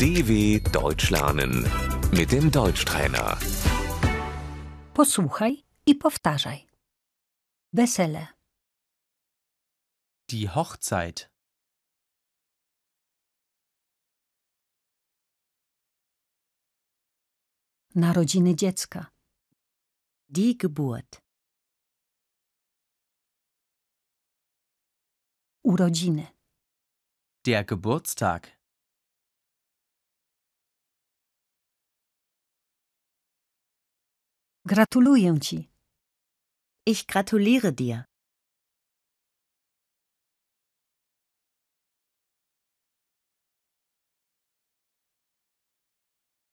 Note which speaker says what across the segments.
Speaker 1: DW Deutsch lernen mit dem Deutschtrainer.
Speaker 2: Posłuchaj i powtarzaj. Wesele,
Speaker 3: Die Hochzeit.
Speaker 2: narodziny dziecka,
Speaker 4: Die Geburt.
Speaker 2: urodziny,
Speaker 3: Der Geburtstag.
Speaker 2: gratuluję ci,
Speaker 4: Ich gratuliere dir.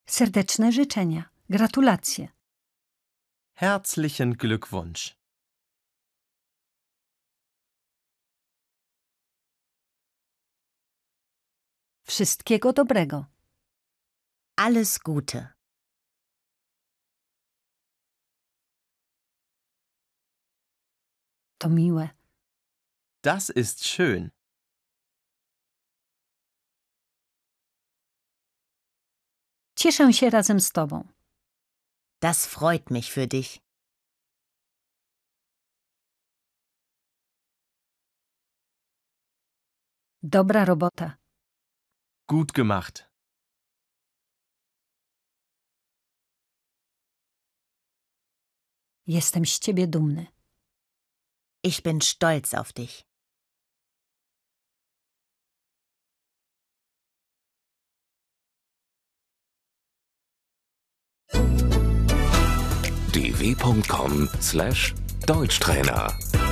Speaker 2: serdeczne życzenia, gratulacje.
Speaker 3: Herzlichen Glückwunsch.
Speaker 2: Wszystkiego dobrego.
Speaker 4: Alles Gute.
Speaker 2: To miłe.
Speaker 3: Das ist schön.
Speaker 2: Cieszę się razem z tobą.
Speaker 4: Das freut mich für dich.
Speaker 2: Dobra robota.
Speaker 3: Gut gemacht.
Speaker 2: Jestem z ciebie dumny.
Speaker 4: Ich bin stolz auf dich.
Speaker 1: dw.com/deutschtrainer